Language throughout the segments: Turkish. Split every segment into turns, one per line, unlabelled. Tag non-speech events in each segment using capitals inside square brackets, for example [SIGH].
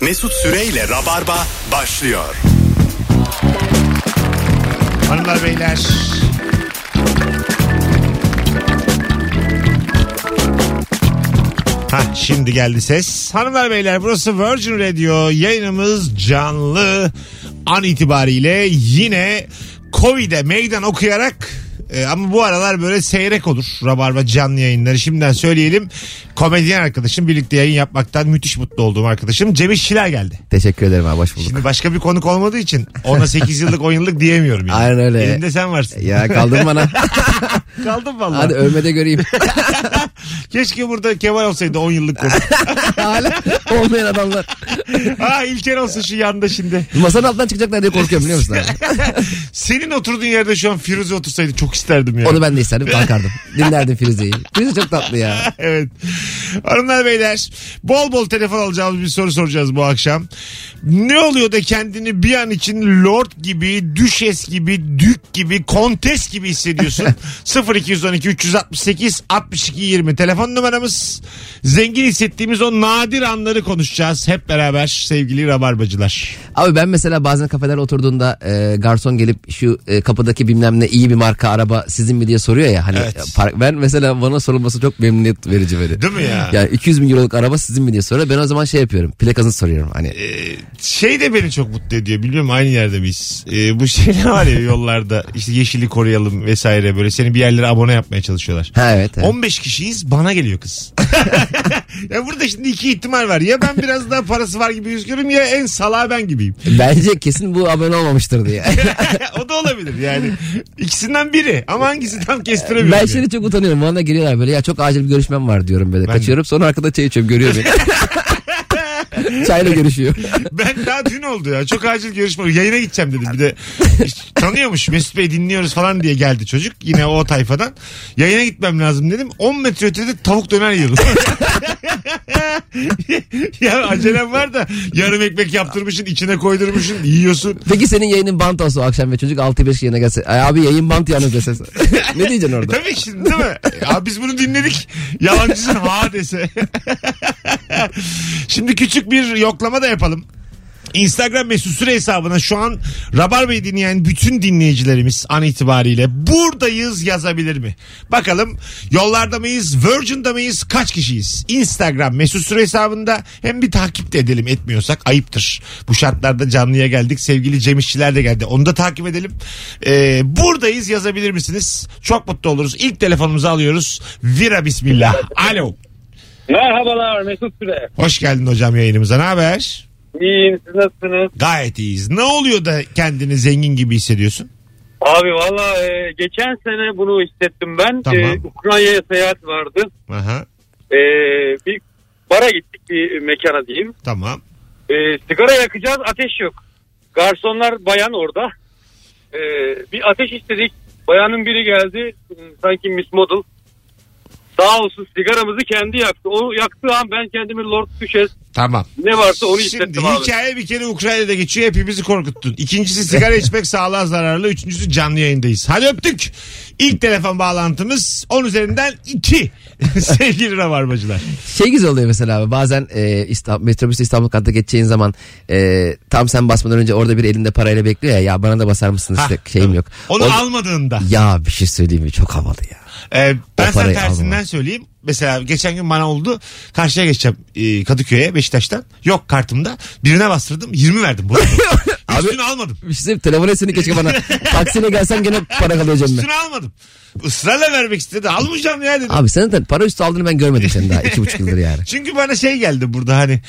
Mesut Süreyle Rabarba başlıyor.
Hanımlar beyler. Ha şimdi geldi ses. Hanımlar beyler burası Virgin Radio. Yayınımız canlı. An itibariyle yine Covid'e meydan okuyarak e, ama bu aralar böyle seyrek olur Rabarba canlı yayınları. Şimdiden söyleyelim. Komedyen arkadaşım birlikte yayın yapmaktan müthiş mutlu olduğum arkadaşım Cemil Şiler geldi.
Teşekkür ederim abi hoş bulduk.
Şimdi başka bir konuk olmadığı için ona 8 yıllık 10 yıllık diyemiyorum yani.
Aynen öyle.
Elinde sen varsın.
Ya kaldın bana.
Kaldım vallahi.
[LAUGHS] Hadi ölmede [LAUGHS] göreyim.
Keşke burada Kemal olsaydı 10 yıllık
[LAUGHS]
konuk.
Hala olmayan adamlar.
ha İlker olsun şu yanda şimdi.
Masanın altından çıkacaklar diye korkuyorum biliyor musun abi?
Senin oturduğun yerde şu an Firuze otursaydı çok isterdim ya.
Onu ben de isterdim kalkardım. Dinlerdim Firuze'yi. Firuze çok tatlı ya.
[LAUGHS] Evet. Hanımlar beyler bol bol telefon alacağımız bir soru soracağız bu akşam. Ne oluyor da kendini bir an için lord gibi, düşes gibi, dük gibi, kontes gibi [LAUGHS] hissediyorsun? 0212 368 62 20 telefon numaramız. Zengin hissettiğimiz o nadir anları konuşacağız hep beraber sevgili rabarbacılar.
Abi ben mesela bazen kafelerde oturduğunda e, garson gelip şu e, kapıdaki bilmem ne iyi bir marka araba sizin mi diye soruyor ya. Hani
Evet.
park, ben mesela bana sorulması çok memnuniyet verici beni.
Değil mi ya?
Yani 200 bin euroluk araba sizin mi diye soruyor. Ben o zaman şey yapıyorum. Plakasını soruyorum. Hani
Ee, şey de beni çok mutlu ediyor. Biliyorum aynı yerde biz. Ee, bu şeyler var ya yollarda işte yeşili koruyalım vesaire böyle seni bir yerlere abone yapmaya çalışıyorlar.
ha evet. evet.
15 kişiyiz bana geliyor kız. [LAUGHS] ya burada şimdi iki ihtimal var. Ya ben biraz daha parası var gibi gözüküyorum ya en salağı ben gibiyim. [LAUGHS]
Bence kesin bu abone olmamıştır diye.
o da olabilir yani. İkisinden biri ama hangisi tam kestiremiyorum.
Ben
yani.
şimdi çok utanıyorum. Bana geliyorlar böyle ya çok acil bir görüşmem var diyorum böyle.
Ben de.
Kaçıyorum sonra arkada çay içiyorum görüyor beni.
[LAUGHS]
Çayla görüşüyor.
Ben daha dün oldu ya. Çok acil görüşme. var. Yayına gideceğim dedim. Bir de tanıyormuş. Mesut Bey dinliyoruz falan diye geldi çocuk. Yine o tayfadan. Yayına gitmem lazım dedim. 10 metre ötede tavuk döner yiyordum. [LAUGHS] ya acelem var da yarım ekmek yaptırmışsın içine koydurmuşsun yiyorsun.
Peki senin yayının bant olsa o akşam ve çocuk 6-5 yayına gelse. Ay abi yayın bant yalnız dese. [LAUGHS] ne diyeceksin orada?
Tabii şimdi değil mi? Ya biz bunu dinledik. Yalancısın ha dese. [LAUGHS] şimdi küçük bir yoklama da yapalım. Instagram mesut süre hesabına şu an Rabarba'yı dinleyen bütün dinleyicilerimiz an itibariyle buradayız yazabilir mi? Bakalım yollarda mıyız, Virgin'da mıyız, kaç kişiyiz? Instagram mesut süre hesabında hem bir takip de edelim etmiyorsak ayıptır. Bu şartlarda canlıya geldik. Sevgili Cem İşçiler de geldi. Onu da takip edelim. Ee, buradayız yazabilir misiniz? Çok mutlu oluruz. İlk telefonumuzu alıyoruz. Vira bismillah. Alo.
Merhabalar Mesut Süre.
Hoş geldin hocam yayınımıza. Ne haber?
İyiyim siz nasılsınız?
Gayet iyiyiz. Ne oluyor da kendini zengin gibi hissediyorsun?
Abi valla e, geçen sene bunu hissettim ben.
Tamam.
E, Ukrayna'ya seyahat vardı.
Aha,
E, bir bara gittik bir mekana diyeyim.
tamam.
E, sigara yakacağız ateş yok. Garsonlar bayan orada. E, bir ateş istedik. Bayanın biri geldi. e, Sanki Miss Model. Sağ olsun sigaramızı kendi yaktı. O yaktığı an ben kendimi Lord Düşes
Tamam.
ne varsa onu
Şimdi
hissettim abi.
hikaye bir kere Ukrayna'da geçiyor. Hepimizi korkuttun. İkincisi sigara içmek sağlığa zararlı. Üçüncüsü canlı yayındayız. Hadi öptük. İlk telefon bağlantımız 10 üzerinden 2. [LAUGHS] Sevgili rabarbacılar.
Şey güzel oluyor mesela abi bazen e, İstanbul, metrobüste İstanbul katta geçeceğin zaman e, tam sen basmadan önce orada bir elinde parayla bekliyor ya. Ya bana da basar mısınız
Ha,
işte şeyim yok.
Onu
O-
almadığında.
Ya bir şey söyleyeyim mi çok havalı ya.
Ee, ben sana
O parayı
tersinden
alma.
söyleyeyim. Mesela geçen gün bana oldu. Karşıya geçeceğim e, Kadıköy'e Beşiktaş'tan. Yok kartımda. Birine bastırdım. 20 verdim.
[LAUGHS]
Bozuldu. Üstünü almadım.
Bir şey söyleyeyim, telefon etsene
[LAUGHS]
keşke bana. Taksiyle gelsem gene para kalıyor cebime.
Üstünü almadım. Israrla vermek istedi. Almayacağım ya dedim.
Abi senin de para üstü aldığını ben görmedim senin daha iki buçuk
[LAUGHS]
yıldır yani.
Çünkü bana şey geldi burada hani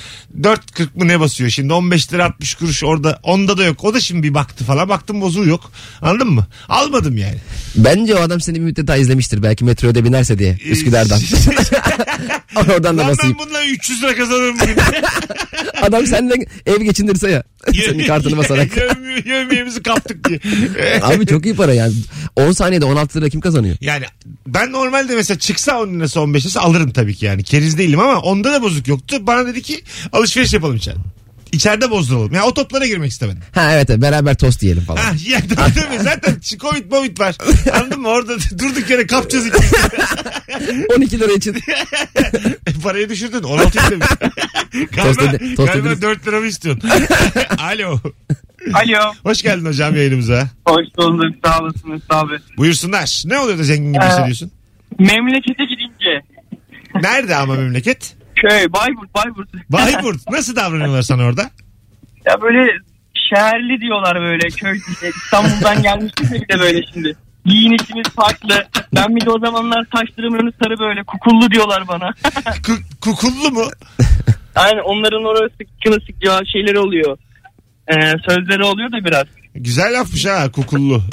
4.40 mı ne basıyor şimdi 15 lira 60 kuruş orada onda da yok. O da şimdi bir baktı falan baktım bozuğu yok. Anladın mı? Almadım yani.
Bence o adam seni bir müddet daha izlemiştir belki metroda binerse diye
[LAUGHS]
Üsküdar'dan. [LAUGHS] Oradan da
Lan Ee, ben
basayım.
bununla 300 lira kazanırım bugün.
Adam seninle ev
[LAUGHS]
geçindirse ya. [LAUGHS] Senin kartını basarak.
Yevmi- Yevmiyemizi kaptık diye. [LAUGHS]
Abi çok iyi para yani. 10 saniyede 16 lira kim kazanıyor?
Yani ben normalde mesela çıksa 10 lirası 15 lirası alırım tabii ki yani. Keriz değilim ama onda da bozuk yoktu. Bana dedi ki alışveriş yapalım içeride. İçeride bozduralım. Ya o toplara girmek istemedim.
Ha evet evet, beraber tost yiyelim falan.
Ha ya tabii değil mi? Zaten şu Covid Covid var. Anladın mı? Orada durduk yere kapacağız ikimiz.
12 lira
[LAUGHS]
için.
E, parayı düşürdün. 16 istemiş.
Tost
galiba,
edi- tost
galiba
ediniz.
4 lira mı istiyorsun? [LAUGHS] Alo.
Alo.
Hoş geldin hocam yayınımıza.
Hoş bulduk. Sağ olasınız abi.
Buyursunlar. Ne oluyor da zengin gibi
Ee,
hissediyorsun?
Memlekete gidince.
Nerede ama memleket?
Köy, Bayburt, Bayburt. [LAUGHS]
Bayburt. Nasıl davranıyorlar sana orada?
ya böyle şehirli diyorlar böyle köy diye. İstanbul'dan gelmiştik ya bir de böyle şimdi. Giyinişimiz farklı. Ben bir de o zamanlar saçlarımın önü sarı böyle kukullu diyorlar bana. [LAUGHS]
Ku- kukullu mu?
Aynen onların orası klasik ya şeyleri oluyor. Ee, sözleri oluyor da biraz.
Güzel lafmış ha kukullu.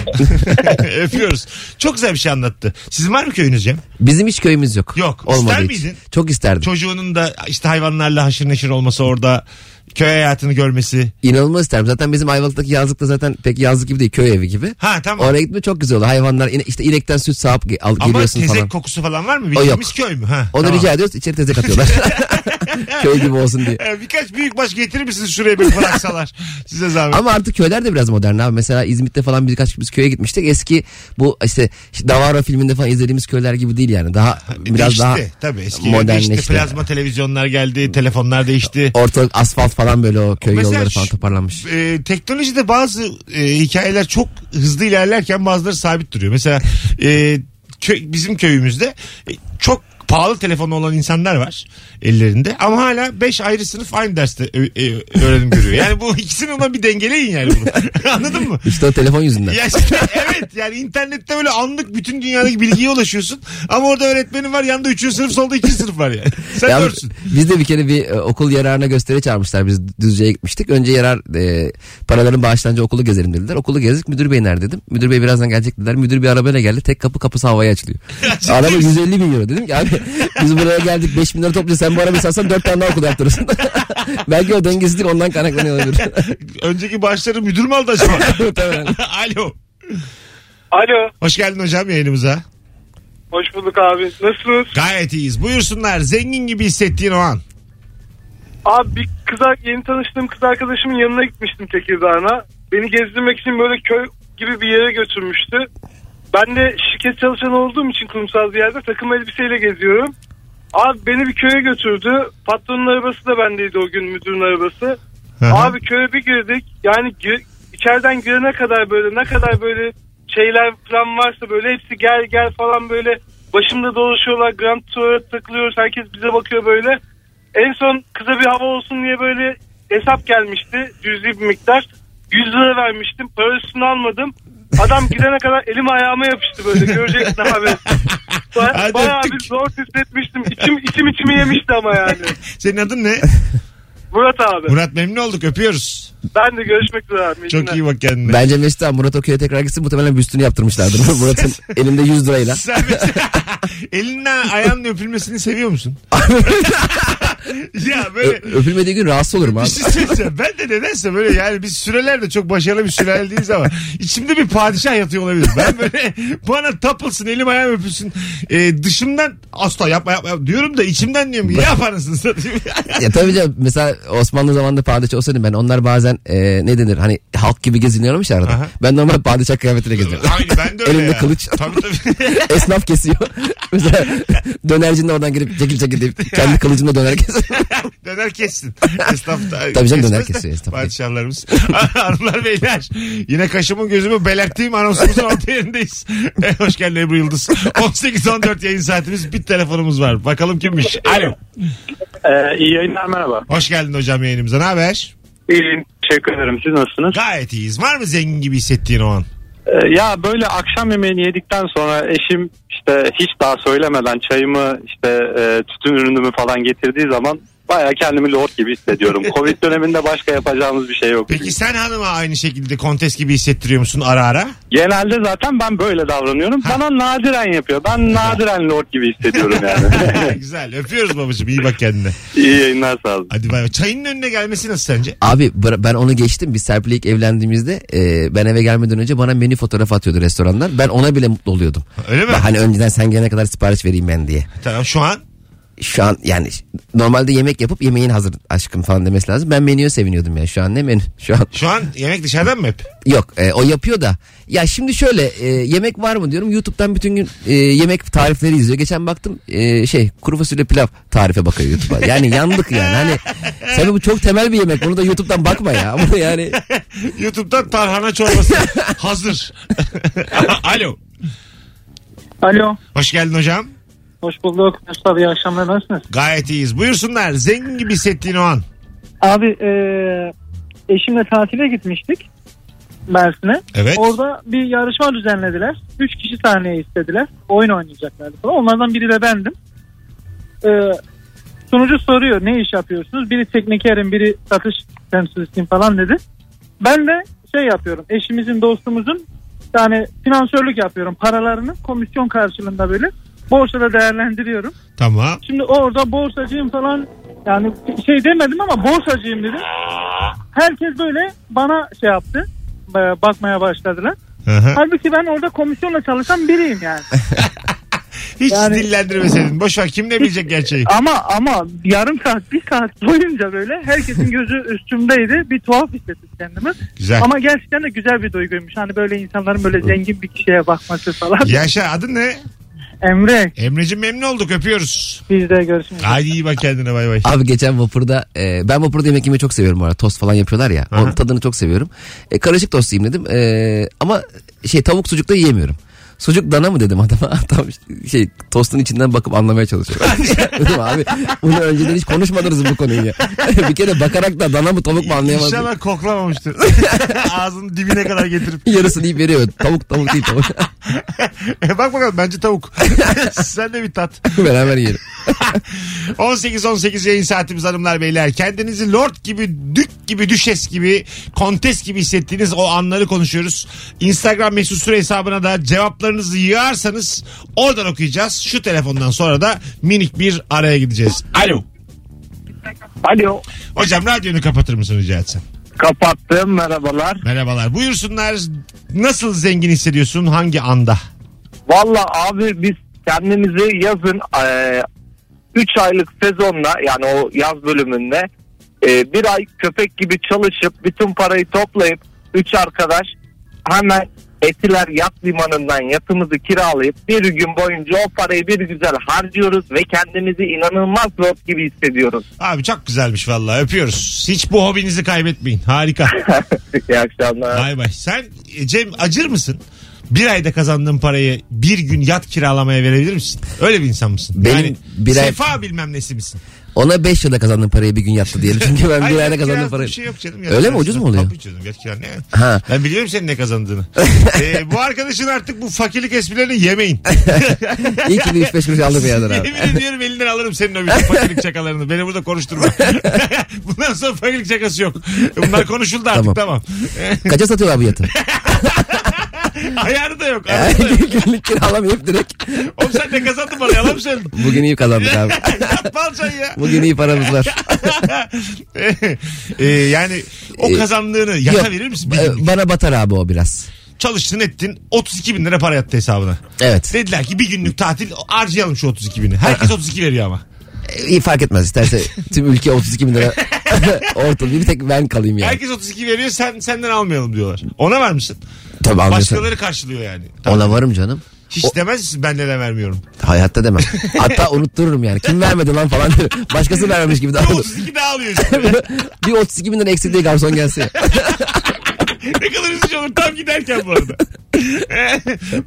[LAUGHS] Öpüyoruz. Çok güzel bir şey anlattı. Sizin var mı köyünüz Cem?
Bizim hiç köyümüz yok.
Yok.
Olmadı
İster
hiç.
miydin?
Çok isterdim.
Çocuğunun da işte hayvanlarla haşır neşir olması orada. Köy hayatını görmesi.
İnanılmaz isterim. Zaten bizim Ayvalık'taki yazlıkta zaten pek yazlık gibi değil köy evi gibi.
Ha tamam.
Oraya gitme çok güzel olur. Hayvanlar ine- işte inekten süt sağıp ge- al,
Ama
geliyorsun
tezek
falan.
kokusu falan var mı?
O yok.
Bildiğimiz köy mü? Ha,
Onu
tamam.
rica ediyoruz içeri tezek atıyorlar. [LAUGHS] köy gibi
[LAUGHS]
olsun diye.
Ee, Birkaç büyük baş getirir misiniz şuraya bir
[LAUGHS]
bıraksalar? Size zahmet.
Ama artık köyler de biraz modern abi. Mesela İzmit'te falan birkaç biz köye gitmiştik. Eski bu işte Davara filminde falan izlediğimiz köyler gibi değil yani. Daha biraz
değişti.
daha
Tabii eski
modernleşti.
Değişti. Plazma televizyonlar geldi. Telefonlar değişti.
Ortalık asfalt falan böyle o köy
Mesela
yolları falan
şu-
toparlanmış.
e, teknolojide bazı e, hikayeler çok hızlı ilerlerken bazıları sabit duruyor. Mesela e, kö- bizim köyümüzde e, çok pahalı telefonu olan insanlar var ellerinde ama hala 5 ayrı sınıf aynı derste ö- e, öğrenim görüyor. Yani bu ikisini ona bir dengeleyin yani bunu. [LAUGHS] Anladın mı?
İşte o telefon yüzünden.
Ya işte evet yani internette böyle anlık bütün dünyadaki bilgiye ulaşıyorsun ama orada öğretmenin var yanında 3. sınıf solda 2. sınıf var yani. Sen
Ya
dörtsün.
biz de bir kere bir e, okul yararına gösteri çağırmışlar. Biz Düzce'ye gitmiştik. Önce yarar e, paraların bağışlanca okulu gezelim dediler. Okulu gezdik. Müdür bey nerede dedim. Müdür bey birazdan gelecek dediler. Müdür bir arabayla geldi. Tek kapı kapısı havaya açılıyor. Araba 150 bin euro dedim ki abi biz buraya geldik 5 bin lira topluyor. Sen bu arabayı satsan 4 tane daha okul yaptırırsın. [LAUGHS] Belki o dengesizlik ondan kaynaklanıyor olabilir.
Önceki başları müdür mü aldı acaba? [LAUGHS]
Muhtemelen.
Alo.
Alo.
Hoş geldin hocam yayınımıza.
Hoş bulduk abi. Nasılsınız?
Gayet iyiyiz. Buyursunlar. Zengin gibi hissettiğin o an.
Abi bir kız, yeni tanıştığım kız arkadaşımın yanına gitmiştim Tekirdağ'a. Beni gezdirmek için böyle köy gibi bir yere götürmüştü. Ben de şirket çalışan olduğum için kurumsal bir yerde takım elbiseyle geziyorum. Abi beni bir köye götürdü. Patronun arabası da bendeydi o gün müdürün arabası. Abi köye bir girdik. Yani gi- içeriden girene kadar böyle ne kadar böyle şeyler falan varsa böyle hepsi gel gel falan böyle başımda dolaşıyorlar. Grand Tour'a takılıyoruz. Herkes bize bakıyor böyle. En son kıza bir hava olsun diye böyle hesap gelmişti. Cüzi bir miktar. 100 lira vermiştim. Para üstünü almadım. Adam gidene kadar elim ayağıma yapıştı böyle. Göreceksin abi.
Hadi
Ba- Bayağı
öptük.
bir zor hissetmiştim. İçim, içim içimi yemişti ama yani.
Senin adın ne?
Murat abi.
Murat memnun olduk. Öpüyoruz.
Ben de görüşmek üzere abi.
Çok iyi bak kendine. [LAUGHS]
Bence Mesut abi Murat Oköy'e tekrar gitsin muhtemelen büstünü yaptırmışlardır. Murat'ın elinde 100 lirayla.
Sen [LAUGHS] elinden ayağının öpülmesini seviyor musun? ya
Ö-
böyle
öpülmediği gün rahatsız olurum
bir
abi.
şey söyleyeceğim. Ben de nedense böyle yani biz süreler de çok başarılı bir sürel değiliz ama içimde bir padişah yatıyor olabilir. Ben böyle [LAUGHS] bana tapılsın elim ayağım öpülsün. Ee, dışımdan asla yapma yapma yapma diyorum da içimden diyorum ki yap anasını satayım. [LAUGHS]
ya tabii canım mesela Osmanlı zamanında padişah olsaydım ben onlar bazen e, ne denir hani halk gibi geziniyormuş ya arada.
Aha.
Ben normal padişah kıyafetiyle geziniyorum.
Aynı ben de öyle
Elimde
ya.
kılıç.
Tabii tabii.
[LAUGHS] Esnaf kesiyor. [LAUGHS] mesela dönercinin oradan girip çekil çekil deyip kendi kılıcımla döner kesiyor.
Döner kessin. Esnaf da,
Tabii canım, döner
kesmez de
kesiyor esnaf.
Padişahlarımız. [LAUGHS] Hanımlar beyler yine kaşımın gözümü belerttiğim
[LAUGHS]
anonsumuzun orta yerindeyiz. [LAUGHS] E, hoş geldin Ebru Yıldız. 18-14 yayın saatimiz bir telefonumuz var. Bakalım kimmiş. Alo.
Ee, iyi yayınlar merhaba.
Hoş geldin hocam yayınımıza. Ne haber?
İyiyim teşekkür ederim siz nasılsınız?
Gayet iyiyiz. Var mı zengin gibi hissettiğin o an?
Ee, ya böyle akşam yemeğini yedikten sonra eşim işte hiç daha söylemeden çayımı işte e, tütün ürünümü falan getirdiği zaman baya kendimi lord gibi hissediyorum. Covid döneminde başka yapacağımız bir şey yok.
Peki sen hanıma aynı şekilde kontes gibi hissettiriyor musun ara ara?
Genelde zaten ben böyle davranıyorum. Bana nadiren yapıyor. Ben nadiren lord gibi hissediyorum
[LAUGHS]
yani. [LAUGHS]
Güzel. Öpüyoruz babacığım. İyi bak kendine.
iyi yayınlar sağ olun.
Hadi bay bay. Çayının önüne gelmesi nasıl sence?
Abi bıra- ben onu geçtim. Biz Serpil'le ilk evlendiğimizde e, ben eve gelmeden önce bana menü fotoğrafı atıyordu restoranlar. Ben ona bile mutlu oluyordum.
Öyle mi?
Hani önceden sen gelene kadar sipariş vereyim ben diye.
Tamam şu an
şu an yani normalde yemek yapıp yemeğin hazır aşkım falan demesi lazım. Ben menüye seviniyordum ya şu an ne menü şu an
Şu an yemek dışarıdan mı [LAUGHS] hep?
yok e, o yapıyor da ya şimdi şöyle e, yemek var mı diyorum YouTube'dan bütün gün e, yemek tarifleri izliyor. Geçen baktım e, şey kuru fasulye pilav tarife bakıyor YouTube'a yani yandık yani hani tabii bu çok temel bir yemek bunu da YouTube'dan bakma ya [LAUGHS] bunu yani
YouTube'dan tarhana çorbası [LAUGHS] hazır. Alo.
Alo.
Hoş geldin hocam.
Hoş bulduk. Mesut abi iyi akşamlar nasılsınız?
Gayet iyiyiz. Buyursunlar. Zengin gibi hissettiğin o an.
Abi eee, eşimle tatile gitmiştik. Mersin'e.
Evet.
Orada bir yarışma düzenlediler. Üç kişi sahneye istediler. Oyun oynayacaklardı falan. Onlardan biri de bendim. Eee, sunucu soruyor ne iş yapıyorsunuz? Biri teknikerim, biri satış temsilcisiyim falan dedi. Ben de şey yapıyorum. Eşimizin, dostumuzun yani finansörlük yapıyorum. Paralarını komisyon karşılığında böyle borsada değerlendiriyorum.
Tamam.
Şimdi orada borsacıyım falan yani şey demedim ama borsacıyım dedim. Herkes böyle bana şey yaptı. e, Bakmaya başladılar.
Hı hı.
Halbuki ben orada komisyonla çalışan biriyim yani.
Hiç
Yani-
dillendirmeseydin. Boş ver kim ne bilecek gerçeği.
ama ama yarım saat bir saat boyunca böyle herkesin gözü üstümdeydi. Bir tuhaf hissettim kendimi.
Güzel.
Ama gerçekten de güzel bir duyguymuş. Hani böyle insanların böyle zengin bir kişiye bakması falan.
Yaşa adın ne?
Emre
Emre'cim memnun olduk öpüyoruz.
biz de görüşmek üzere.
Hadi iyi bak kendine bay bay.
Abi geçen vapurda e, ben vapurda yemek yemeyi çok seviyorum bu arada. Tost falan yapıyorlar ya. Onun tadını çok seviyorum. E, karışık tost yiyeyim dedim. E, ama şey tavuk sucuk da yiyemiyorum. Sucuk dana mı dedim adama. [LAUGHS] Adam şey tostun içinden bakıp
[LAUGHS]
anlamaya çalışıyor. dedim abi bunu önceden hiç konuşmadınız bu konuyu ya. [LAUGHS] bir kere bakarak da dana mı tavuk mu anlayamadım.
İnşallah [LAUGHS] koklamamıştır. Ağzının dibine kadar getirip.
Yarısını yiyip veriyor. Tavuk tavuk değil tavuk. [LAUGHS]
E bak bakalım bence tavuk. [LAUGHS] Sen de bir tat.
Beraber yiyelim.
18-18 yayın saatimiz hanımlar beyler. Kendinizi lord gibi, dük gibi, düşes gibi, kontes gibi hissettiğiniz o anları konuşuyoruz. Instagram mesut süre hesabına da cevaplarınızı yığarsanız oradan okuyacağız. Şu telefondan sonra da minik bir araya gideceğiz. Alo.
Alo.
Hocam radyonu kapatır mısın rica etsem?
Kapattım merhabalar.
Merhabalar. Buyursunlar. Nasıl zengin hissediyorsun? Hangi anda?
Valla abi biz kendimizi yazın 3 aylık sezonla yani o yaz bölümünde e, bir ay köpek gibi çalışıp bütün parayı toplayıp 3 arkadaş hemen Etiler Yat Limanı'ndan yatımızı kiralayıp bir gün boyunca o parayı bir güzel harcıyoruz ve kendimizi inanılmaz lot gibi hissediyoruz. [LAUGHS]
Abi çok güzelmiş vallahi öpüyoruz. Hiç bu hobinizi kaybetmeyin. Harika.
İyi akşamlar.
bay bay. Sen e, Cem acır mısın? Bir ayda kazandığın parayı bir gün yat kiralamaya verebilir misin? Öyle bir insan mısın?
Benim
yani
bir ay-
sefa bilmem nesi misin?
Ona 5 yılda kazandığım parayı bir gün yattı diyelim. Çünkü ben bir
Hayır,
ayda kazandığım
kiraz
parayı.
Bir şey yok canım.
Öyle mi? Ucuz mu oluyor?
Tabii canım. Yat kira ne?
Ha.
Ben biliyorum senin ne
[LAUGHS]
kazandığını. Ee, bu arkadaşın artık bu fakirlik esprilerini
[LAUGHS]
yemeyin.
İyi ki bir 3-5 kuruş aldım bir yerden
[LAUGHS]
abi.
Yemin ediyorum elinden alırım senin o bütün fakirlik şakalarını. Beni burada konuşturma. [LAUGHS] Bundan sonra fakirlik şakası yok. Bunlar konuşuldu artık
Tamam.
tamam.
Kaça satıyorlar bu yatı? [LAUGHS]
Ayarı da yok.
Yani
arası [LAUGHS]
[LAUGHS]
da yok.
Günlük kiralamayıp direkt
Oğlum sen ne kazandın bana yalan mı söyledin?
bugün iyi kazandık abi.
Yapma alacaksın ya.
Bugün iyi paramız var.
[LAUGHS] Ee, yani o kazandığını yata
Yok,
verir misin? Bir
e,
günlük?
Bana batar abi o biraz.
Çalıştın ettin 32 bin lira para yattı hesabına.
Evet.
Dediler ki bir günlük tatil harcayalım şu 32 bini. Herkes 32 veriyor ama.
E, İyi fark etmez.
[LAUGHS]
İsterse tüm ülke 32 bin lira [LAUGHS] ortalığı bir tek ben kalayım yani.
Herkes 32 veriyor sen senden almayalım diyorlar. Ona var mısın?
Tabii anlıyorsun.
Başkaları karşılıyor yani. Tamam.
Ona varım canım.
Hiç demez misin ben neden vermiyorum? [LAUGHS]
Hayatta demem. Hatta unuttururum yani. Kim vermedi lan falan derim. Başkası vermemiş gibi
Bir
davranır.
32 daha alıyor üstüne.
[LAUGHS] bir 32 bin lira eksik diye garson gelse.
ne kadar üzücü olur tam giderken bu arada. [LAUGHS]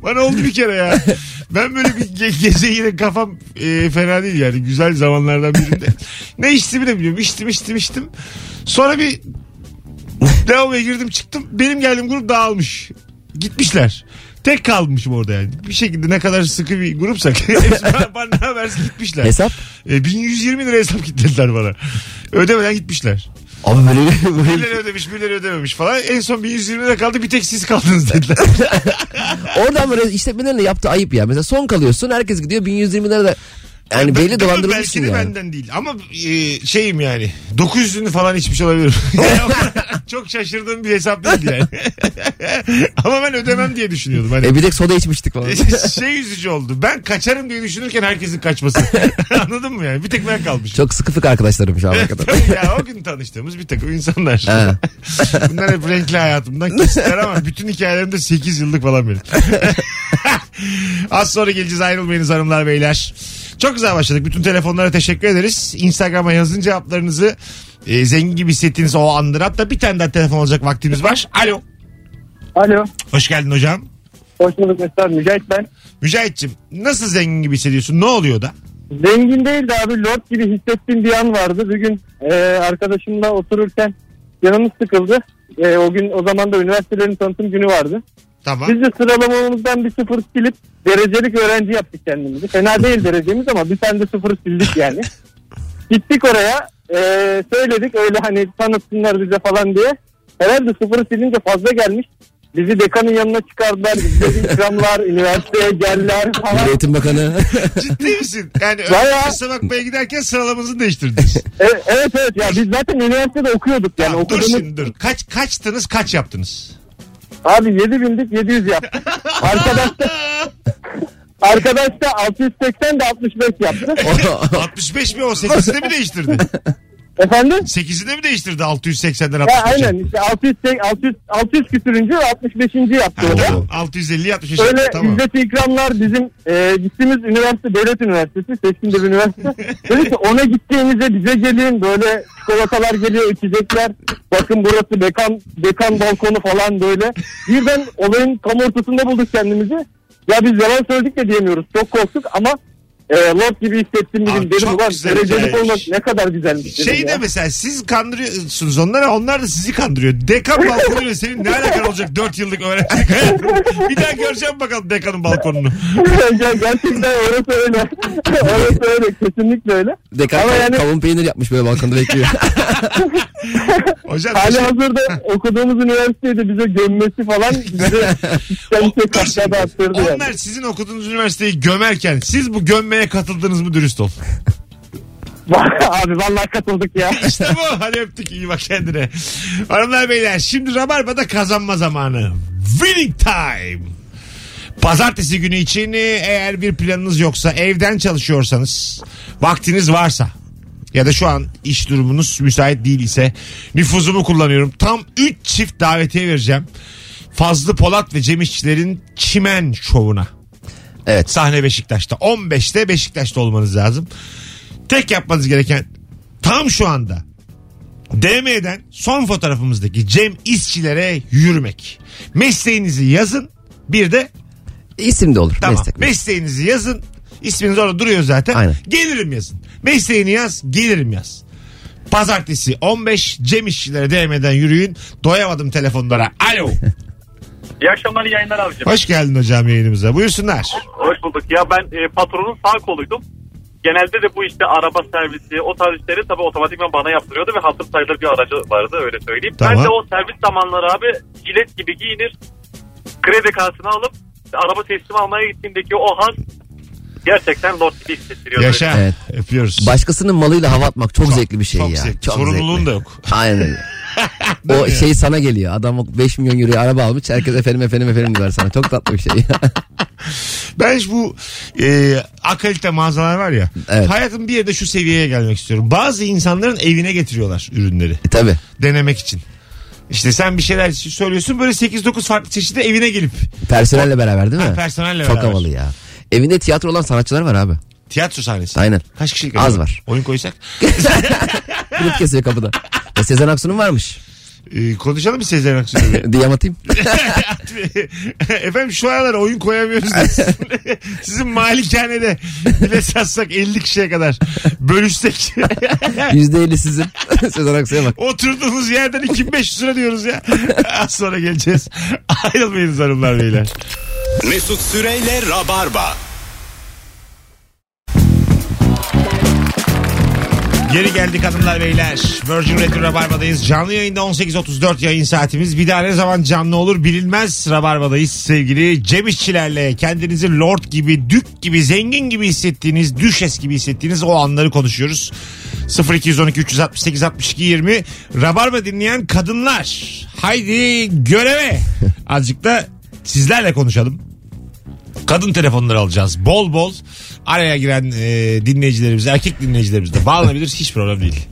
Bana oldu bir kere ya. Ben böyle bir ge- gece yine kafam e, fena değil yani. Güzel zamanlardan birinde. Ne içtiğimi de biliyorum. İçtim içtim içtim. Sonra bir lavaboya girdim çıktım. Benim geldiğim grup dağılmış. Gitmişler. Tek kalmışım orada yani. Bir şekilde ne kadar sıkı bir grupsak. [LAUGHS] hepsi bana- bana habersiz gitmişler.
Hesap?
E, 1120 lira hesap kitlediler bana. Ödemeden gitmişler.
Abi böyle, böyle-
Birileri ödemiş birileri ödememiş falan. En son 120 lira kaldı bir tek siz
[LAUGHS]
kaldınız dediler.
Oradan böyle işletmelerle yaptığı ayıp ya. Mesela son kalıyorsun herkes gidiyor 1120 lira da. Yani belli dolandırılmışsın
Belki de
yani.
benden değil ama e, şeyim yani 900'ünü falan içmiş olabilirim. [LAUGHS] çok şaşırdığım bir hesap değil yani. [LAUGHS] Ama ben ödemem diye düşünüyordum. Hani
E bir de soda
[LAUGHS]
içmiştik falan.
şey üzücü oldu. Ben kaçarım diye düşünürken herkesin kaçması. [LAUGHS] Anladın mı yani? Bir tek ben kalmışım.
Çok sıkı fıkı arkadaşlarım şu ana kadar.
Tabii ya o gün tanıştığımız bir takım insanlar.
Ha.
[LAUGHS] Bunlar hep renkli hayatımdan kesitler ama bütün hikayelerimde 8 yıllık falan benim. [LAUGHS] Az sonra geleceğiz ayrılmayınız hanımlar beyler. Çok güzel başladık. Bütün telefonlara teşekkür ederiz. Instagram'a yazın cevaplarınızı. e, zengin gibi hissettiğiniz o andır. Hatta bir tane daha telefon olacak vaktimiz var. Alo.
Alo.
Hoş geldin hocam.
Hoş bulduk Mesut abi. Mücahit ben.
Mücahit'ciğim nasıl zengin gibi hissediyorsun? Ne oluyor da?
Zengin değil de abi lord gibi hissettiğim bir an vardı. Bir gün e, arkadaşımla otururken yanımız sıkıldı. E, o gün o zaman da üniversitelerin tanıtım günü vardı.
Tamam.
Biz de sıralamamızdan bir sıfır silip derecelik öğrenci yaptık kendimizi. Fena değil derecemiz ama bir tane de sıfır sildik yani. Gittik oraya e, söyledik öyle hani tanıtsınlar bize falan diye. Herhalde sıfır silince fazla gelmiş. Bizi dekanın yanına çıkardılar. Bizi ikramlar, [LAUGHS] üniversiteye geldiler falan.
Milli Eğitim Bakanı.
[LAUGHS] Ciddi misin? Yani
Bayağı.
öğrencisi bakmaya giderken sıralamanızı değiştirdiniz.
E, evet evet ya biz zaten üniversitede okuyorduk yani
Tamam, dur
okuduğumuz.
şimdi dur. Kaç kaçtınız kaç yaptınız?
Abi 7 bindik
[LAUGHS]
700 yaptık. Arkadaş da arkadaş da 680 de 65
[LAUGHS]
yaptı.
65 mi o 8'i de mi
[LAUGHS]
değiştirdi?
Efendim?
8'i de mi değiştirdi 680'den
Ya
65'e?
aynen işte 600, 600, 600 küsürüncü 65. yaptı o da.
Tamam, 650 65
Öyle
Şey, tamam.
ücret ikramlar bizim e, gittiğimiz üniversite devlet üniversitesi seçkin de bir üniversite. Dedi ki ona gittiğinizde bize gelin böyle çikolatalar geliyor içecekler. Bakın burası dekan, dekan balkonu falan böyle. Birden olayın tam ortasında bulduk kendimizi. Ya biz yalan söyledik de diyemiyoruz. Çok korktuk ama e, Lord gibi hissettim
Abi
dedim. Dedim
çok
ulan
güzel
derecelik
hikayemiş.
olmak ne kadar güzelmiş dedim
Şey de
ya. [LAUGHS]
mesela siz kandırıyorsunuz onları onlar da sizi kandırıyor.
[LAUGHS]
Dekan balkonuyla senin ne alakan olacak 4 yıllık öğrencilik hayatın? Bir daha göreceğim bakalım dekanın balkonunu.
Ger- Gerçekten orası öyle. [LAUGHS] orası öyle. Kesinlikle öyle.
Dekan
Ama yani-
kavun peynir yapmış böyle
[LAUGHS]
balkonda bekliyor.
Hocam
Hali
teşekkür-
hazırda okuduğumuz üniversitede bize gömmesi falan
[LAUGHS]
bize
Dur
sistemse
şimdi.
kaşada attırdı yani. [LAUGHS]
Onlar sizin okuduğunuz üniversiteyi gömerken siz bu gömmeye katıldınız mı dürüst ol.
Abi vallahi katıldık ya.
İşte bu. Hadi öptük iyi bak kendine. Hanımlar beyler şimdi Rabarba'da kazanma zamanı. Winning time. Pazartesi günü için e, eğer bir planınız yoksa evden çalışıyorsanız vaktiniz varsa ya da şu an iş durumunuz müsait değil ise nüfuzumu kullanıyorum. Tam 3 çift davetiye vereceğim. Fazlı Polat ve Cem İşçilerin Çimen şovuna.
Evet.
Sahne Beşiktaş'ta. 15'te Beşiktaş'ta olmanız lazım. Tek yapmanız gereken tam şu anda DM'den son fotoğrafımızdaki Cem İşçilere yürümek. Mesleğinizi yazın. Bir de
İsim de olur.
Tamam.
Meslek.
Mesleğinizi yazın. İsminiz orada duruyor zaten.
Aynen.
Gelirim yazın. Mesleğini yaz, gelirim yaz. Pazartesi 15 Cem İşçilere DM'den yürüyün. Doyamadım telefonlara. Alo.
[LAUGHS] İyi akşamlar iyi yayınlar abicim.
Hoş geldin hocam yayınımıza. Buyursunlar.
Hoş bulduk. Ya ben e, patronun sağ koluydum. Genelde de bu işte araba servisi o tarz işleri tabii otomatikman bana yaptırıyordu ve hatır sayılır bir aracı vardı öyle söyleyeyim.
Tamam.
Ben de o servis zamanları abi jilet gibi giyinir. Kredi kartını alıp araba teslim almaya gittiğimdeki o haz gerçekten lord gibi hissettiriyordu.
Yaşa.
Evet.
Öpüyoruz.
Başkasının malıyla hava atmak çok, zevkli bir şey
çok
ya.
zevkli.
Çok
Sorumluluğun
zevkli.
da yok.
Aynen öyle.
[LAUGHS] Değil
o
mi?
şey sana geliyor. Adam 5 milyon euroya araba almış. Herkes efendim efendim efendim diyorlar sana. Çok tatlı bir şey.
[LAUGHS] Ben şu bu e, akalite mağazalar var ya.
Evet.
Hayatım bir yerde şu seviyeye gelmek istiyorum. Bazı insanların evine getiriyorlar ürünleri.
e, tabii.
denemek için. İşte sen bir şeyler söylüyorsun böyle 8-9 farklı çeşidi evine gelip
Personelle beraber değil mi?
Ha, personelle
Çok
beraber.
havalı ya. Evinde tiyatro olan sanatçılar var abi.
tiyatro sahnesi.
Aynen.
Kaç kişilik?
Az
acaba?
var.
Oyun koysak.
Kulüp kesiyor kapıda. E, Sezen
[LAUGHS]
Aksu'nun varmış.
Ee, konuşalım mı Sezen Aksu'yla?
Diyem atayım.
[LAUGHS] Efendim şu aralar oyun
[LAUGHS]
koyamıyoruz. da sizin- Sizin malikanede bile satsak 50 kişiye kadar
[LAUGHS]
bölüşsek.
%50 sizin. [LAUGHS] Sezen Aksu'ya bak.
Oturduğumuz yerden 2500 lira diyoruz ya. Az sonra geleceğiz. Ayrılmayınız hanımlar beyler.
Mesut Süreyle Rabarba.
Geri geldik hanımlar beyler. Virgin Radio Rabarba'dayız. Canlı yayında 18.34 yayın saatimiz. Bir daha ne zaman canlı olur bilinmez Rabarba'dayız sevgili Cem İşçilerle. Kendinizi lord gibi, dük gibi, zengin gibi hissettiğiniz, düşes gibi hissettiğiniz o anları konuşuyoruz. 0212 368 62 20 Rabarba dinleyen kadınlar. Haydi göreve. Azıcık da sizlerle konuşalım. Kadın telefonları alacağız. Bol bol araya giren e, dinleyicilerimiz, erkek dinleyicilerimiz de bağlanabilir. Hiç problem değil.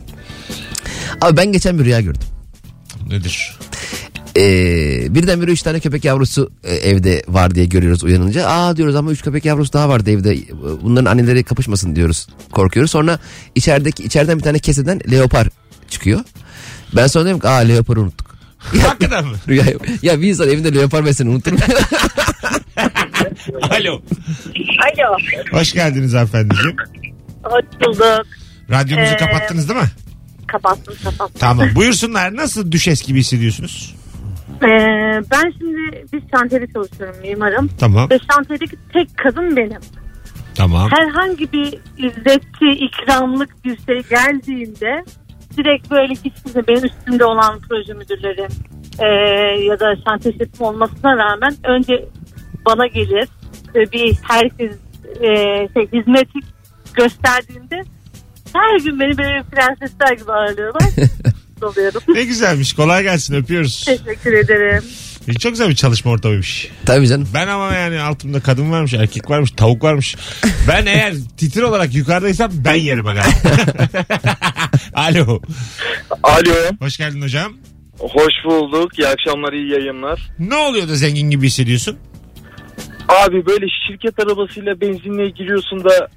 Abi ben geçen bir rüya gördüm.
Nedir?
Ee, birdenbire üç tane köpek yavrusu e, evde var diye görüyoruz uyanınca. Aa diyoruz ama üç köpek yavrusu daha vardı evde. Bunların anneleri kapışmasın diyoruz. Korkuyoruz. Sonra içerideki içeriden bir tane keseden leopar çıkıyor. Ben sonra diyorum ki aa leoparı unuttuk.
Hakikaten mi?
Rüya, ya bir insan evinde leopar besini unutur mu?
Alo.
Alo.
Hoş geldiniz hanımefendiciğim.
Hoş bulduk.
Radyomuzu
Ee,
kapattınız değil mi?
Kapattım kapattım.
Tamam. Buyursunlar. Nasıl düşes gibi hissediyorsunuz?
Ee, ben şimdi bir şantiyede çalışıyorum mimarım.
Tamam.
Ve şantiyedeki tek kadın benim.
Tamam.
Herhangi bir izzetli, ikramlık bir şey geldiğinde direkt böyle hiçbirse benim üstümde olan proje müdürleri ee, ya da şantiye şefim olmasına rağmen önce bana gelir ve bir herkes ee, şey, hizmeti gösterdiğinde her gün beni böyle prensesler gibi ağırlıyorlar.
[LAUGHS]
Oluyorum.
Ne güzelmiş. Kolay gelsin. Öpüyoruz.
Teşekkür ederim.
Çok güzel bir çalışma ortamıymış.
[LAUGHS] Tabii canım.
Ben ama yani altımda kadın varmış, erkek varmış, tavuk varmış. Ben eğer titir olarak yukarıdaysam ben yerim aga. Alo.
Alo,
Hoş geldin hocam.
hoş bulduk. İyi akşamlar, iyi yayınlar.
Ne oluyor da zengin gibi hissediyorsun?
Abi böyle şirket arabasıyla benzinliğe giriyorsun da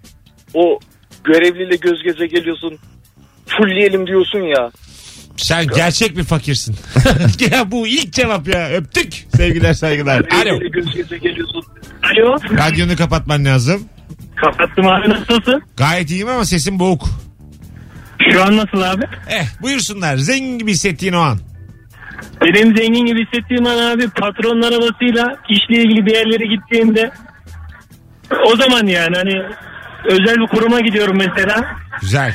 o görevliyle göz göze geliyorsun. Fullleyelim diyorsun ya.
Sen gerçek bir fakirsin. [LAUGHS] ya bu ilk cevap ya. Öptük. Sevgiler saygılar. Alo.
Görevliyle göz göze geliyorsun.
Alo.
Radyonu kapatman lazım.
Kapattım abi nasılsın?
Gayet iyiyim ama sesin boğuk.
Şu an nasıl abi?
Eh buyursunlar. Zengin gibi hissettiğin o an.
Benim zengin gibi hissettiğim an abi patronun arabasıyla işle ilgili bir yerlere gittiğimde o zaman yani hani özel bir kuruma gidiyorum mesela.
Güzel.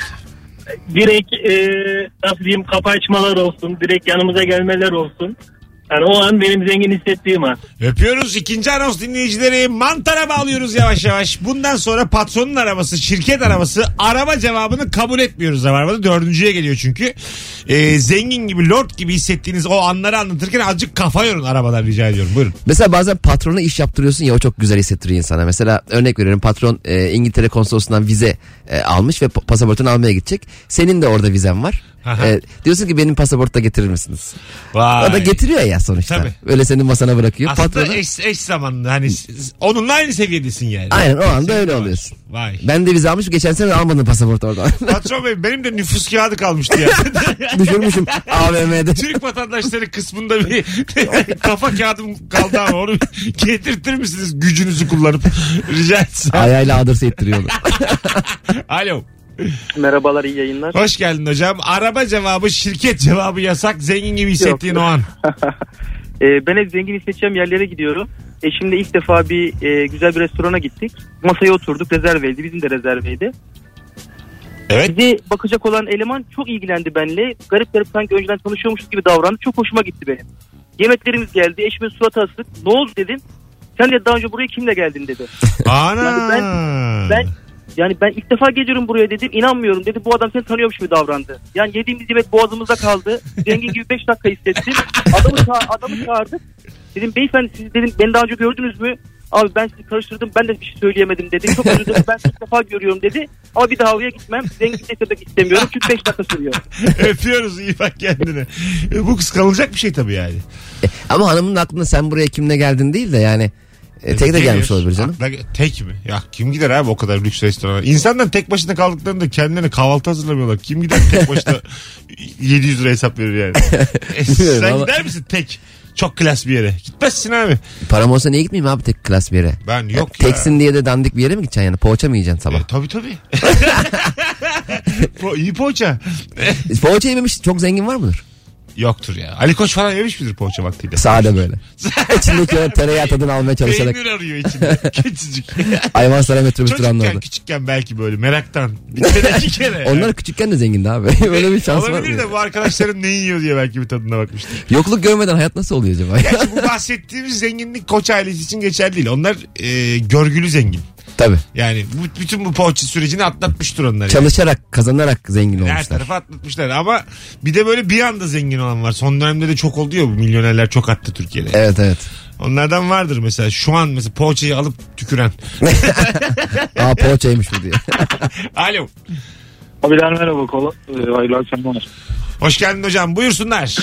Direkt e, nasıl diyeyim kapı açmalar olsun, direkt yanımıza gelmeler olsun. Yani o an benim zengin hissettiğim an.
Öpüyoruz ikinci anons dinleyicileri. Mantara bağlıyoruz yavaş yavaş. Bundan sonra patronun arabası, şirket arabası, araba cevabını kabul etmiyoruz Rabarba'da. Dördüncüye geliyor çünkü. Ee, zengin gibi, lord gibi hissettiğiniz o anları anlatırken azıcık kafa yorun arabalar rica ediyorum. Buyurun.
Mesela bazen patrona iş yaptırıyorsun ya o çok güzel hissettiriyor insana. Mesela örnek veriyorum patron e, İngiltere konsolosundan vize e, almış ve pa- pasaportunu almaya gidecek. Senin de orada vizen var.
Aha.
E, diyorsun ki benim pasaportu da getirir misiniz?
Vay.
O da getiriyor ya sonuçta.
Tabii.
Öyle senin masana bırakıyor.
Aslında
Patronu...
eş, eş zamanlı. Hani s- onunla aynı seviyedesin yani.
Aynen o anda
Sevgi
öyle
var.
oluyorsun.
Vay.
Ben de vize almış geçen sene almadım
[LAUGHS]
pasaport oradan. [LAUGHS]
Patron bey benim de nüfus kağıdı kalmıştı ya.
Düşürmüşüm AVM'de.
Türk vatandaşları kısmında bir [LAUGHS] kafa kağıdım kaldı ama onu [LAUGHS] getirtir misiniz gücünüzü kullanıp [LAUGHS] rica etsem.
Ayağıyla
[LAUGHS]
adırsa ettiriyor onu.
Alo.
Merhabalar, iyi yayınlar.
Hoş geldin hocam. Araba cevabı, şirket cevabı yasak. Zengin gibi hissettiğin o an.
Ee, ben hep zengin hissedeceğim yerlere gidiyorum. Eşimle ilk defa bir e, güzel bir restorana gittik. Masaya oturduk. Rezerveydi. Bizim de rezerveydi.
Evet.
Bize bakacak olan eleman çok ilgilendi benimle. Garip garip sanki önceden tanışıyormuşuz gibi davrandı. Çok hoşuma gitti benim. Yemeklerimiz geldi. Eşime suratı asık. Ne oldu dedim. Sen de daha önce buraya kimle geldin dedi.
Ana.
Yani Ben yani ben ilk defa geliyorum buraya dedim. İnanmıyorum dedi. Bu adam seni tanıyormuş gibi davrandı. Yani yediğimiz yemek boğazımızda kaldı. Zengin gibi 5 dakika hissettim. Adamı, ça- adamı çağırdık. Dedim beyefendi siz dedim beni daha önce gördünüz mü? Abi ben sizi karıştırdım ben de bir şey söyleyemedim dedi. Çok özür dilerim ben sizi ilk defa görüyorum dedi. Ama bir daha oraya gitmem. Zengin hissetmek istemiyorum çünkü 5 dakika sürüyor.
[LAUGHS] Öpüyoruz iyi bak kendine. E, Bu kıskanılacak bir şey tabii yani.
E, Ama hanımın aklında sen buraya kimle geldin değil de yani e, tek de
Gelir.
gelmiş olabilir canım.
Aklına- tek mi? Ya kim gider abi o kadar lüks restorana? İnsanlar tek başına kaldıklarında kendilerine kahvaltı hazırlamıyorlar. Kim gider tek
[LAUGHS]
başına 700 lira hesap verir yani. E,
Bilmiyorum
sen
ama-
gider misin tek? Çok klas bir yere. Gitmezsin abi.
Param olsa niye gitmeyeyim abi tek klas bir yere?
Ben yok ya.
E, Teksin diye de dandik bir yere mi gideceksin yani? Poğaça mı yiyeceksin sabah?
E, tabii tabii.
[LAUGHS]
po, iyi poğaça.
E, Poğaça yememiş çok zengin var mıdır?
Yoktur ya. Ali Koç falan yemiş midir poğaça vaktiyle?
Sade böyle.
[LAUGHS]
İçindeki o tereyağı tadını almaya çalışarak
Peynir arıyor
[LAUGHS]
içinde. Küçücük.
hayvansaray metrobüs durağında
Çocukken
orada.
küçükken belki böyle meraktan. Bir kere iki kere.
Onlar küçükken de zengindi abi. [LAUGHS] Böyle bir şans var
Olabilir
mı?
de bu arkadaşlarım ne yiyor diye belki bir tadına bakmıştır.
Yokluk görmeden hayat nasıl oluyor acaba?
Gerçi bu bahsettiğimiz zenginlik koç ailesi için geçerli değil. Onlar e, görgülü zengin.
[LAUGHS] Tabii.
Yani bu, bütün bu poğaça sürecini atlatmıştır onlar. yani.
Çalışarak, kazanarak zengin
Her
olmuşlar.
tarafa atlatmışlar ama bir de böyle bir anda zengin olan var. Son dönemde de çok oluyor bu milyonerler çok attı Türkiye'de.
Evet evet.
Onlardan vardır mesela şu an mesela poğaçayı alıp tüküren.
Aa poğaçaymış bu diye. [LAUGHS]
Alo.
Abiler merhaba. Kola, e, hayırlı akşamlar.
Hoş geldin hocam buyursunlar.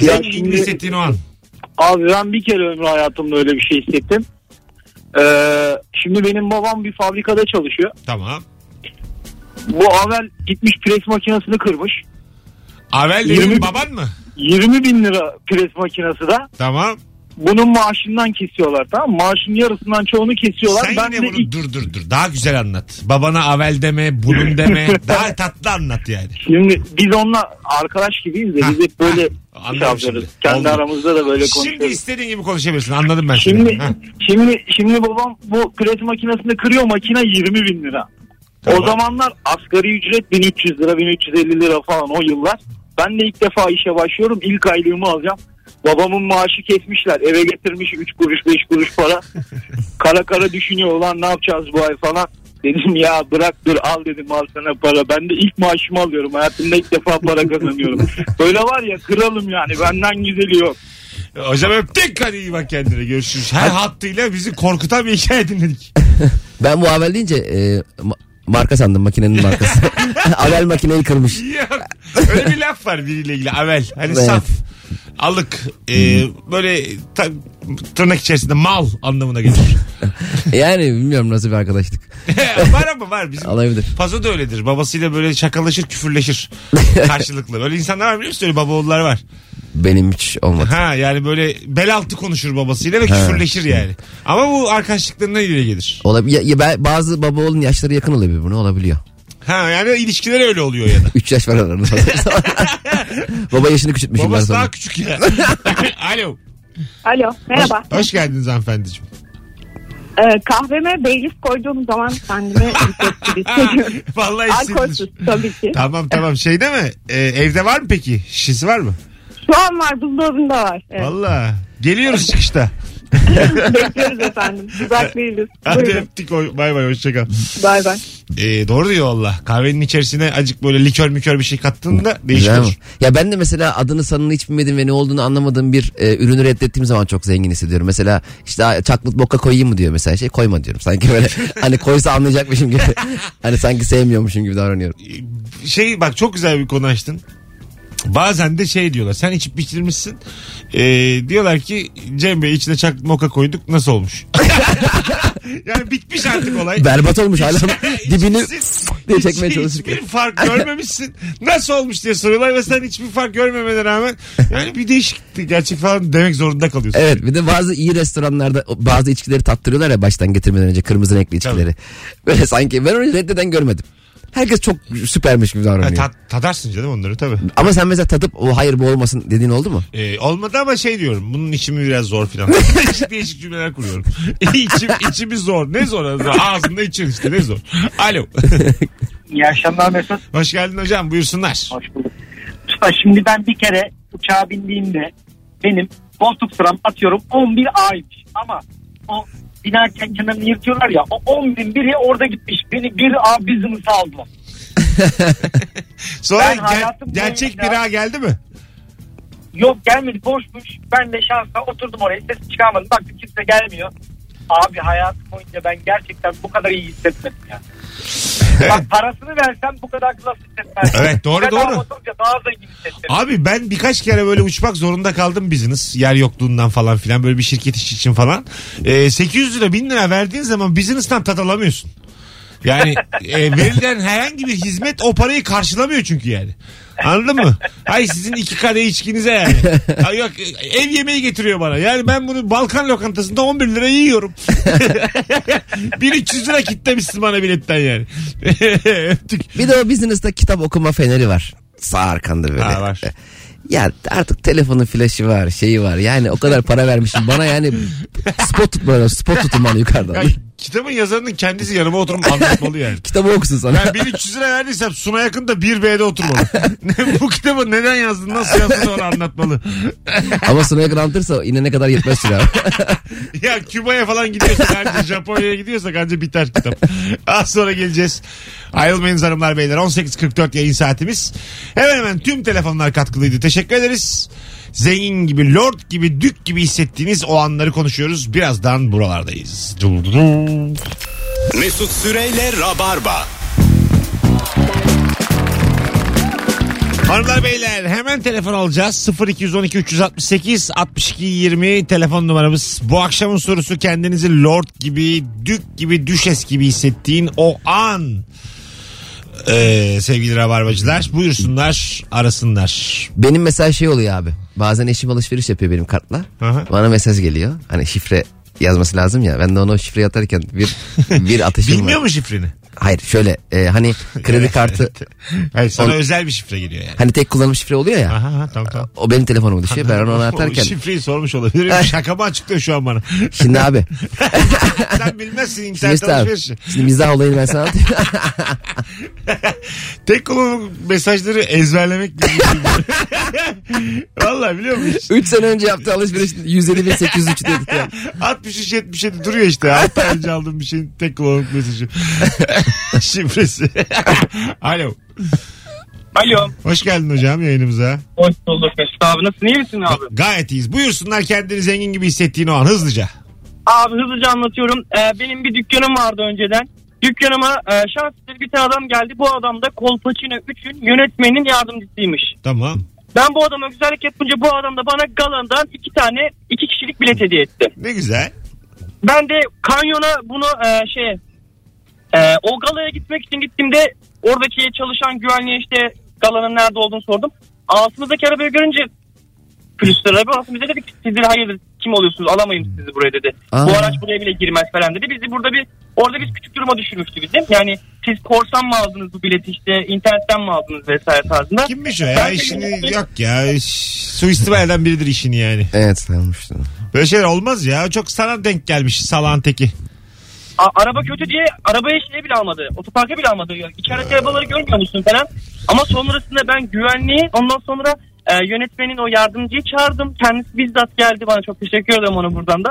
Ya
Senin
şimdi-
hissettiğin o an.
Abi ben bir kere ömrü hayatımda öyle bir şey hissettim. Ee, şimdi benim babam bir fabrikada çalışıyor.
Tamam.
Bu Avel gitmiş pres makinesini kırmış.
Avel dedim
Yirmi-
baban mı?
20 bin lira pres makinesi de
Tamam.
bunun maaşından kesiyorlar tamam mı? Maaşın yarısından çoğunu kesiyorlar.
Sen
ben de
yine bunu
ilk-
dur dur dur daha güzel anlat. Babana avel deme, bunun
[LAUGHS]
deme. daha tatlı anlat yani.
Şimdi biz onunla arkadaş gibiyiz de
Ha,
biz hep böyle
ha,
şey
anladım
yapıyoruz.
şimdi.
Kendi
Oldu.
aramızda da böyle
Şimdi
konuşuyoruz.
istediğin gibi konuşabilirsin. Anladım ben seni.
Şimdi
Ha,
şimdi şimdi babam bu pres makinesini kırıyor makine 20 bin lira.
Tamam.
O zamanlar asgari ücret 1300 lira 1350 lira falan o yıllar. Ben de ilk defa işe başlıyorum ilk aylığımı alacağım. Babamın maaşı kesmişler eve getirmiş 3 kuruş 5 kuruş para. kara kara düşünüyor ulan ne yapacağız bu ay falan. Dedim ya bırak dur al dedim al sana para. Ben de ilk maaşımı alıyorum hayatımda ilk defa para kazanıyorum. Böyle var ya kralım yani benden güzeli yok.
Hocam öptük hadi iyi bak kendine görüşürüz. Her hattıyla bizi korkutan bir hikaye dinledik.
Ben bu Avel deyince e, ma- marka sandım
[LAUGHS]
makinenin markası. [LAUGHS] Avel makineyi kırmış.
Yok. Öyle bir laf var biriyle ilgili avel. Hani
Evet.
saf. Alık. Ee, böyle ta- tırnak içerisinde mal anlamına
[LAUGHS]
gelir.
E, Yani bilmiyorum nasıl bir arkadaşlık.
var ama var bizim.
Alabilir.
Pazo da öyledir. Babasıyla böyle şakalaşır,
[LAUGHS]
küfürleşir karşılıklı. Böyle insanlar var biliyor musun? Öyle baba oğulları var.
Benim hiç olmadı.
Ha yani böyle bel altı konuşur babasıyla ve küfürleşir yani. Ama bu arkadaşlıklarına ile gelir.
Olabilir. Ya, ya ben- bazı baba oğlun yaşları yakın olabilir bunu olabiliyor.
Ha yani ilişkiler öyle oluyor ya da.
3 yaş var
[LAUGHS]
aralarında. baba yaşını küçültmüşüm ben
Babası
sana.
daha küçük ya.
[LAUGHS]
Alo.
Alo merhaba.
Hoş, hoş geldiniz hanımefendiciğim.
Ee, kahveme Baileys koyduğum zaman kendimi yüksek gibi
[LAUGHS]
[LAUGHS] hissediyorum.
Vallahi
Alkolsüz
hissedilir.
tabii ki.
Tamam tamam şeyde mi? Ee, evde var mı peki? Şişesi var mı?
Şu an var buzdolabında var. Evet.
Vallahi. Geliyoruz çıkışta.
Bekliyoruz efendim. Uzak değiliz.
Hadi
Buyurun.
öptük. Oy- Bay bay hoşçakal.
Bay bay.
Ee, doğru diyor valla. Kahvenin içerisine acık böyle likör mükör bir şey kattığında değişik
Güzel
olur.
mi? Ya ben de mesela adını sanını hiç bilmediğim ve ne olduğunu anlamadığım bir e, ürünü reddettiğim zaman çok zengin hissediyorum. Mesela işte "Aa, çaklıt boka koyayım mı diyor mesela şey koyma diyorum.
[LAUGHS]
Sanki böyle hani koysa anlayacakmışım gibi. hani sanki sevmiyormuşum gibi davranıyorum.
şey bak çok güzel bir konu açtın. Bazen de şey diyorlar sen içip bitirmişsin. Ee, diyorlar ki Cem Bey içine çak moka koyduk nasıl olmuş? [LAUGHS] yani bitmiş artık olay.
Berbat olmuş hala dibini
İçmişsin,
diye çekmeye
hiç-
çalışırken.
Hiçbir fark görmemişsin. Nasıl olmuş diye soruyorlar ve sen hiçbir fark görmemene rağmen yani bir değişikti gerçek falan demek zorunda kalıyorsun.
Evet bir de bazı iyi restoranlarda o- bazı içkileri tattırıyorlar ya baştan getirmeden önce kırmızı renkli içkileri. Böyle sanki ben onu reddeden görmedim. Herkes çok süpermiş gibi
Ha,
davranıyor.
ta- tadarsın canım onları tabii.
Ama sen mesela tadıp o hayır bu olmasın dediğin oldu mu?
Ee, olmadı ama şey diyorum. Bunun içimi biraz zor filan. [LAUGHS] değişik değişik cümleler kuruyorum. [LAUGHS] İçim, içimi zor. Ne zor? Ağzında için işte ne zor. Alo.
İyi akşamlar Mesut.
Hoş geldin hocam. Buyursunlar.
Hoş bulduk. Usta şimdi ben bir kere uçağa bindiğimde benim koltuk sıram atıyorum 11 A'ymış. Ama o binerken kenarını yırtıyorlar ya o 11'in biri orada gitmiş. Beni bir A business'a aldılar.
Sonra
Ben
ger-
hayatım
gerçek
boyunca-
bir ağa geldi mi?
Yok gelmedi boşmuş. Ben de şansa oturdum oraya ses çıkarmadım. Baktım kimse gelmiyor. Abi hayatım boyunca ben gerçekten bu kadar iyi hissetmedim
[LAUGHS]
ya. Bak parasını versem bu kadar klas hissetmezdim.
Evet, doğru,
Ben
doğru.
daha oturunca daha zengin hissettim.
Abi ben birkaç kere böyle uçmak zorunda kaldım biziniz. Yer yokluğundan falan filan. Böyle bir şirket işi için falan. Ee, 800 lira 1000 lira verdiğin zaman business'tan tat alamıyorsun. Yani e, verilen herhangi bir hizmet o parayı karşılamıyor çünkü yani. Anladın mı? Hay sizin iki kadeh içkinize yani. Ha yok e, ev yemeği getiriyor bana. Yani ben bunu Balkan lokantasında 11 lira yiyorum. [LAUGHS] 1300 lira kitlemişsin bana biletten yani. [LAUGHS] Öptük.
Bir de o business'ta kitap okuma feneri var. Sağ arkanda böyle.
Ha, var.
Ya artık telefonun flaşı var, şeyi var. Yani o kadar para vermişim. Bana yani spot tut böyle, spot tutun bana yukarıdan.
Ya Kitabın yazarının kendisi yanıma oturup anlatmalı yani.
Kitabı okusun sana.
Ben 1300 lira verdiysem Suna yakında 1B'de oturmalı. Bu kitabı neden yazdın nasıl yazdın onu anlatmalı.
Ama Sunay Grant'ırsa inene kadar yetmez süre abi.
ya Küba'ya falan gidiyorsak anca Japonya'ya gidiyorsak anca biter kitap. Az sonra geleceğiz. Ayrılmayınız hanımlar beyler. 18.44 yayın saatimiz. Hemen hemen tüm telefonlar katkılıydı. Teşekkür ederiz. Zengin gibi, lord gibi, dük gibi hissettiğiniz o anları konuşuyoruz. Birazdan buralardayız.
Mesut Süreyle Rabarba.
Hanımlar beyler hemen telefon alacağız. 0212 368 62 20 telefon numaramız. Bu akşamın sorusu kendinizi lord gibi, dük gibi, düşes gibi hissettiğin o an. Ee, sevgili rabarbacılar buyursunlar arasınlar.
Benim mesela şey oluyor abi. Bazen eşim alışveriş yapıyor benim kartla.
Aha.
Bana mesaj geliyor. Hani şifre yazması lazım ya. Ben de ona o şifreyi atarken bir bir ateşim var.
Bilmiyor mu şifreni?
Hayır şöyle
[LAUGHS]
e, hani kredi kartı
Hayır sana
Ol-
özel bir şifre geliyor yani.
hani tek kullanım şifre oluyor ya.
Aha, aha tamam tamam.
O benim telefonuma düşüyor. Ben
[LAUGHS]
onu ona
O
atarken.
şifreyi sormuş olabilirim. Şakamı açıklıyor şu an bana.
Şimdi abi.
Sen bilmezsin
Şimdi,
internet
Mesut abi,
alışverişi.
şimdi mizah olayını ben
[LAUGHS]
sana anlatayım.
Tek kullanım mesajları ezberlemek gibi. bir şey. Vallahi biliyor musun?
3 sene önce yaptığı alışveriş 150 ve 803 dedik ya.
63 77 duruyor işte. 6 ay önce aldığım bir şeyin tek kullanımlık mesajı. Şifresi. Alo.
Alo.
Hoş geldin hocam yayınımıza.
Hoş bulduk Mesut abi. Nasılsın? iyi misin abi?
Gayet iyiyiz. Buyursunlar kendini zengin gibi hissettiğin o an hızlıca.
Abi hızlıca anlatıyorum. Ee, benim bir dükkanım vardı önceden. Dükkanıma e, şanslı bir tane adam geldi. Bu adam da Kolpaçino 3'ün yönetmenin yardımcısıymış.
Tamam.
Ben bu adama güzellik yapınca bu adam da bana galandan iki tane iki kişilik bilet hediye etti.
Ne güzel.
Ben de kanyona bunu e, şey e, o galaya gitmek için gittiğimde oradaki çalışan güvenliğe işte galanın nerede olduğunu sordum. Altımızdaki arabayı görünce polisler araba altımızda dedi ki sizler hayırdır kim oluyorsunuz alamayın sizi buraya dedi.
Aa.
Bu araç buraya bile girmez falan dedi. Bizi burada bir orada biz küçük duruma düşürmüştü bizim. Yani siz korsan mı aldınız bu bileti işte internetten mi aldınız vesaire tarzında.
Kimmiş o ya? İşini yok ya. İş- Suistimal eden biridir işini yani.
Evet almıştım.
Böyle şeyler olmaz ya. Çok sana denk gelmiş salan teki.
A- araba kötü diye arabaya şey bile almadı. Otoparka bile almadı. Yani
Ee.
İçerideki arabaları görmüyor musun falan. Ama sonrasında ben güvenliği ondan sonra e, yönetmenin o yardımcıyı çağırdım. Kendisi bizzat geldi bana çok teşekkür ederim ona buradan da.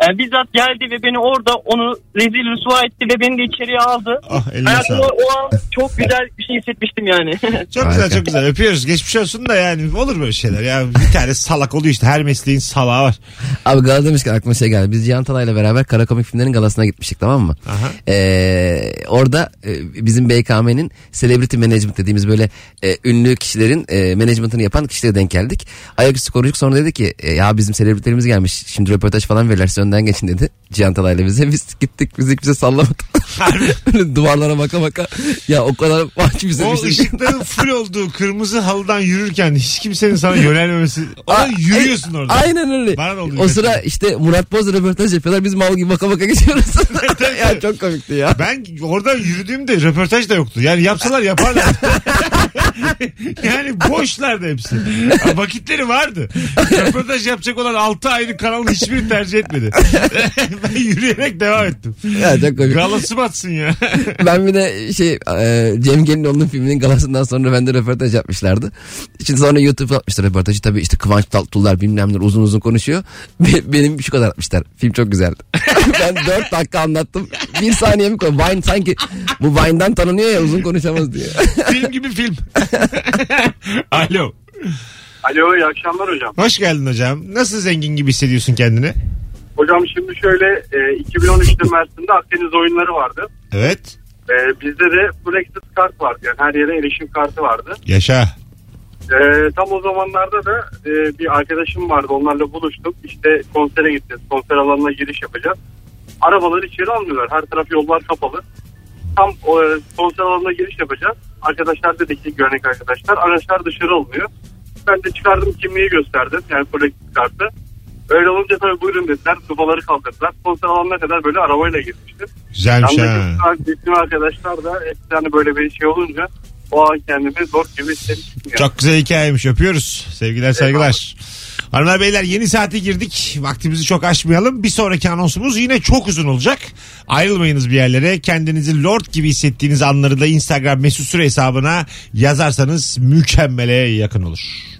E, bizzat geldi ve beni orada onu rezil rüsva etti ve beni de içeriye aldı.
Ah eline
Hayatımda
sağlık.
o an çok güzel bir şey hissetmiştim yani. [LAUGHS]
Çok
Harika.
güzel çok güzel öpüyoruz. Geçmiş olsun da yani olur böyle şeyler. Ya bir tane salak oluyor işte her mesleğin salağı var.
Abi gala demişken aklıma şey geldi. Biz Cihan Talay'la beraber kara komik filmlerin galasına gitmiştik tamam mı?
Aha.
Ee, orada e, bizim BKM'nin celebrity management dediğimiz böyle e, ünlü kişilerin e, management'ını yapan kişilere denk geldik. Ayaküstü konuştuk sonra dedi ki e, ya bizim celebrity'lerimiz gelmiş. Şimdi röportaj falan verirler siz önden geçin dedi. Cihan Talay'la bize biz gittik bizi kimse sallamadı. [LAUGHS] Böyle Duvarlara baka baka ya o kadar mahcup bize
O ışıkların full olduğu kırmızı halıdan yürürken hiç kimsenin sana yönelmemesi. Ona yürüyorsun orada.
e, Aynen öyle.
Bana da oluyor
O
gerçekten.
sıra işte Murat Boz röportaj yapıyorlar. Biz mal gibi baka
[LAUGHS]
baka geçiyoruz. ya çok komikti ya.
Ben oradan yürüdüğümde röportaj da yoktu. Yani yapsalar yaparlar. [LAUGHS] yani boşlardı hepsi. Ha, Vakitleri vardı. Röportaj yapacak olan 6 ayrı kanalın hiçbirini tercih etmedi. [LAUGHS] ben yürüyerek devam ettim.
Ya çok komik.
Galası batsın ya.
ben bir de şey e, Cem Gelinoğlu'nun filminin galasından sonra bende röportaj yapmışlardı. Şimdi sonra YouTube'a atmışlar röportajı. Tabii işte Kıvanç Tatlıtuğ'lar bilmem neler uzun uzun konuşuyor. Be- benim şu kadar atmışlar. Film çok güzeldi. [LAUGHS] ben 4 dakika anlattım. Bir saniye mi koy? Vine sanki bu Vine'dan tanınıyor ya uzun konuşamaz diye.
film gibi film. Alo.
Alo iyi akşamlar hocam.
Hoş geldin hocam. Nasıl zengin gibi hissediyorsun kendini?
Hocam şimdi şöyle e, 2013'te Mersin'de Akdeniz oyunları vardı.
Evet.
E, bizde de Brexit kart vardı. Yani her yere erişim kartı vardı.
Yaşa.
E, tam o zamanlarda da e, bir arkadaşım vardı. Onlarla buluştuk. İşte konsere gideceğiz. Konser alanına giriş yapacağız. Arabaları içeri almıyorlar. Her taraf yollar kapalı. Tam o, e, konser alanına giriş yapacağız. Arkadaşlar dedi ki güvenlik arkadaşlar. Araçlar dışarı alınıyor. Ben de çıkardım kimliği gösterdim. Yani kolektif kartı. Öyle olunca tabii buyurun dediler. Dubaları kaldırdılar. Konser alanına kadar böyle arabayla gitmiştim.
Güzelmiş ha.
Yandaki bizim arkadaşlar da hepsi hani böyle bir şey olunca o an kendimi zor gibi hissettim. ya.
Çok güzel hikayeymiş. Öpüyoruz. Sevgiler saygılar. Hanımlar beyler yeni saate girdik. Vaktimizi çok aşmayalım. Bir sonraki anonsumuz yine çok uzun olacak. Ayrılmayınız bir yerlere. Kendinizi lord gibi hissettiğiniz anları da Instagram mesut süre hesabına yazarsanız mükemmele yakın olur.